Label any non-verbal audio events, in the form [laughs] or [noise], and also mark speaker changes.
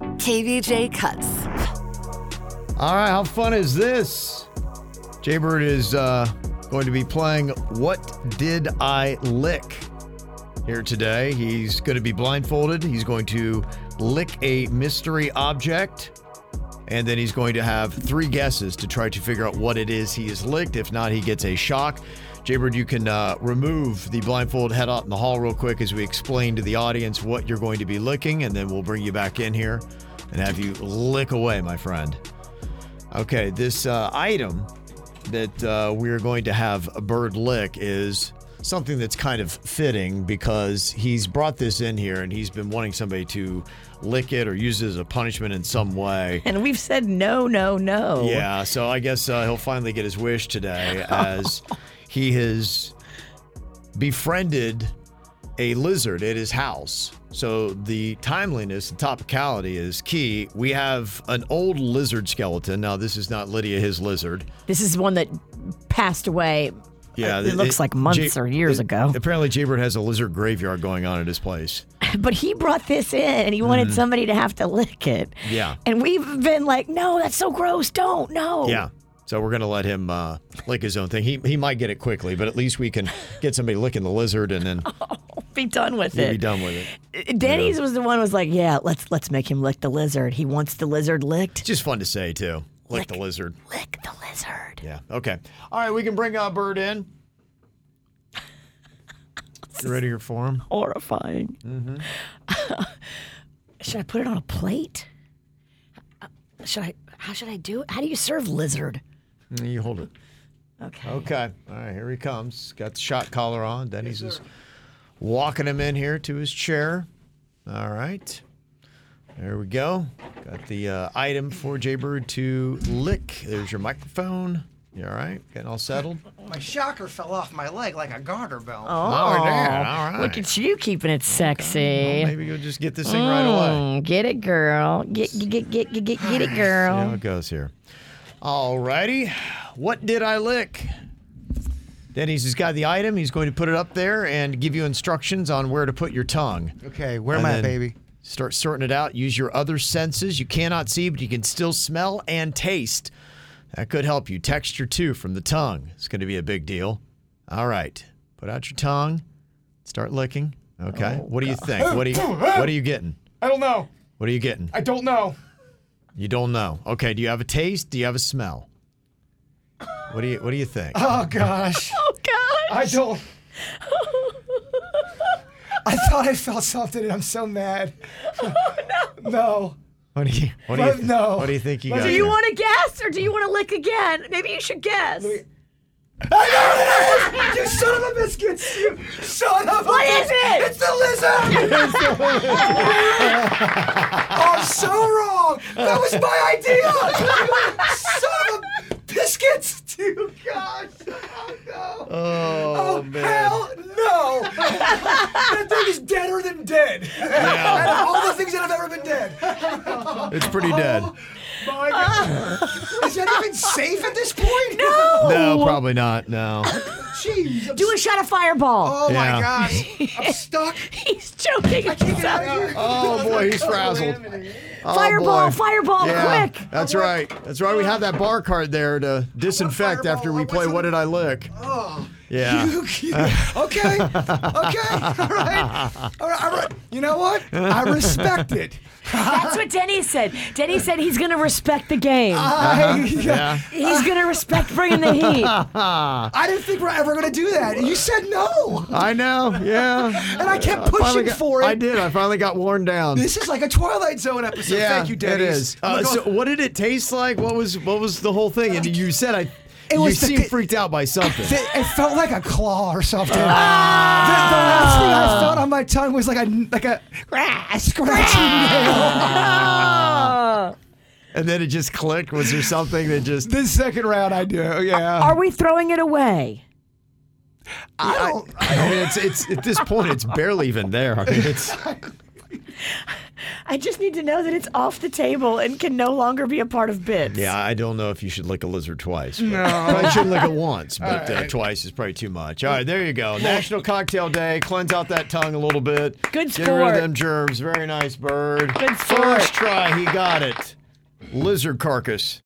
Speaker 1: KVJ cuts.
Speaker 2: All right, how fun is this? Jaybird is uh, going to be playing What Did I Lick here today. He's going to be blindfolded. He's going to lick a mystery object. And then he's going to have three guesses to try to figure out what it is he has licked. If not, he gets a shock. Jaybird, you can uh, remove the blindfold, head out in the hall real quick as we explain to the audience what you're going to be licking, and then we'll bring you back in here and have you lick away, my friend. Okay, this uh, item that uh, we are going to have a bird lick is something that's kind of fitting because he's brought this in here and he's been wanting somebody to lick it or use it as a punishment in some way.
Speaker 3: And we've said no, no, no.
Speaker 2: Yeah, so I guess uh, he'll finally get his wish today as he has befriended a lizard at his house. So the timeliness, the topicality is key. We have an old lizard skeleton. Now, this is not Lydia, his lizard.
Speaker 3: This is one that passed away. [laughs]
Speaker 2: Yeah,
Speaker 3: it, looks like months
Speaker 2: Jay-
Speaker 3: or years
Speaker 2: it-
Speaker 3: ago.
Speaker 2: Apparently, Jaybird has a lizard graveyard going on at his place.
Speaker 3: But he brought this in and he wanted somebody to have to lick it.
Speaker 2: Mm. Yeah.
Speaker 3: And we've been like, no, that's so gross. Don't, no.
Speaker 2: Yeah. So we're gonna let him uh, lick his own thing. He he might get it quickly, but at least we
Speaker 3: [laughs]
Speaker 2: can get somebody licking the lizard, and then
Speaker 3: Be done with
Speaker 2: we'll
Speaker 3: it. Uh,
Speaker 2: be done with it.
Speaker 3: Denny's was the one who was like, yeah, let's let's make him lick the lizard. He wants the lizard licked.
Speaker 2: Just fun to say too. Lick the
Speaker 3: Lick.
Speaker 2: lizard.
Speaker 3: Lick the lizard.
Speaker 2: Yeah. Okay. All right. We can bring uh, Bird
Speaker 3: [laughs]
Speaker 2: in. You ready here for him?
Speaker 3: Horrifying.
Speaker 2: Mm-hmm.
Speaker 3: [laughs] should I put it on a plate? Uh, Should I? How should I do it? How do you serve lizard?
Speaker 2: You hold it.
Speaker 3: Okay.
Speaker 2: Okay. All right. Here he comes. Got the shot collar on. Denny's is walking him in here to his chair. All right. There we go. Got the uh, item for Jaybird to lick. There's your microphone. You all right? Getting all settled?
Speaker 4: My shocker fell off my leg like a garter belt.
Speaker 2: Oh, yeah. All
Speaker 3: Look
Speaker 2: right.
Speaker 3: at you keeping it sexy.
Speaker 2: Maybe you'll just get this thing right away.
Speaker 3: Mm, Get it, girl. Get get get get get, get,
Speaker 2: [sighs]
Speaker 3: get it,
Speaker 2: See
Speaker 3: girl.
Speaker 2: how it goes here. All righty. What did I lick? Denny's has got the item. He's going to put it up there and give you instructions on where to put your tongue.
Speaker 4: Okay, where
Speaker 2: And
Speaker 4: am I,
Speaker 2: then
Speaker 4: baby?
Speaker 2: Start sorting it out. Use your other senses. You cannot see, but you can still smell and taste. That could help you. Texture too from the tongue. It's going to be a big deal. All right. Put out your tongue. Start licking.
Speaker 4: Oh,
Speaker 2: Okay. what do you think?
Speaker 4: [laughs]
Speaker 2: What are you What are you getting?
Speaker 4: I don't know.
Speaker 2: What are you getting?
Speaker 4: I don't know.
Speaker 2: You don't know. Okay. Do you have a taste? Do you have a smell? What do you What do you
Speaker 4: [laughs]
Speaker 2: think?
Speaker 4: Oh gosh.
Speaker 3: Oh God.
Speaker 4: I don't. [laughs] I thought I felt something, and I'm so mad. no. [laughs] No.
Speaker 2: What do you What do you
Speaker 4: But no.
Speaker 2: What do you think you
Speaker 4: But
Speaker 2: got?
Speaker 4: do
Speaker 2: there?
Speaker 3: to guess or do you want to lick again? Maybe you should guess.
Speaker 4: You son of a biscuit! You son of
Speaker 3: What
Speaker 4: a
Speaker 3: is it?
Speaker 4: It's the
Speaker 3: [laughs]
Speaker 4: lizard! I'm so wrong! That was my idea! son of a biscuits! Dude, gosh! Oh no!
Speaker 2: Oh,
Speaker 4: Oh,
Speaker 2: man.
Speaker 4: hell no! that thing is deader than dead. Out of all the things that have ever been dead. Oh,
Speaker 2: It's pretty dead.
Speaker 4: My God. is that even safe at this point?
Speaker 3: No.
Speaker 2: No, probably not. No.
Speaker 4: Jeez. I'm
Speaker 3: Do a
Speaker 4: s-
Speaker 3: shot of fireball.
Speaker 4: Oh
Speaker 2: Yeah.
Speaker 4: my
Speaker 2: [laughs]
Speaker 4: gosh. I'm
Speaker 3: [laughs]
Speaker 4: stuck.
Speaker 3: He's choking
Speaker 4: Get out
Speaker 3: himself.
Speaker 4: of here.
Speaker 2: Oh boy, he's frazzled. Oh,
Speaker 3: Fireball,
Speaker 2: boy.
Speaker 3: fireball,
Speaker 2: Yeah,
Speaker 3: quick.
Speaker 2: That's right. That's right. We have that bar card there to disinfect
Speaker 4: fireball.
Speaker 2: after we
Speaker 4: Oh,
Speaker 2: play
Speaker 4: what's
Speaker 2: What Did I Lick?
Speaker 4: Oh,
Speaker 2: Yeah.
Speaker 4: [laughs] You, you- okay. Okay. All right. All right. All right. You know what? I respect it.
Speaker 3: That's what Denny said. Denny said he's going to respect the game.
Speaker 4: I,
Speaker 2: Uh-huh. Yeah.
Speaker 3: he's going to respect bringing
Speaker 2: [laughs]
Speaker 3: the heat. Uh.
Speaker 4: I didn't think we're ever gonna do that. You said no,
Speaker 2: I know. Yeah.
Speaker 4: and I kept
Speaker 2: Finally
Speaker 4: pushing
Speaker 2: got-
Speaker 4: for it.
Speaker 2: I did. I finally got worn down.
Speaker 4: This is like a Twilight Zone episode.
Speaker 2: yeah,
Speaker 4: Thank you, Oh
Speaker 2: it
Speaker 4: Denny.
Speaker 2: is. Uh, so, what did it taste like? What was what was the whole thing? And you said I.
Speaker 4: It was the
Speaker 2: you seemed
Speaker 4: ca-
Speaker 2: freaked out by something.
Speaker 4: Th- It felt like a claw or something.
Speaker 2: Ah!
Speaker 4: The- the, last thing I felt on my tongue was like a like a ah, scratching nail.
Speaker 3: Uh.
Speaker 2: and then it just clicked. Was there something that just?
Speaker 4: the second round, I do. Yeah.
Speaker 3: Are we throwing it away?
Speaker 4: I don't,
Speaker 2: I mean, it's it's at this point, it's barely even there. I mean, it's
Speaker 3: I just need to know that it's off the table and can no longer be a part of bits.
Speaker 2: yeah. I don't know if you should lick a lizard twice. No, [laughs] I should lick it once, but uh, twice is probably too much. All right, there you go. National Cocktail Day. Cleanse out that tongue a little bit.
Speaker 3: Good
Speaker 2: Get rid
Speaker 3: sport.
Speaker 2: of them germs. Very nice bird.
Speaker 3: Good sport.
Speaker 2: First try, he got it. Lizard carcass.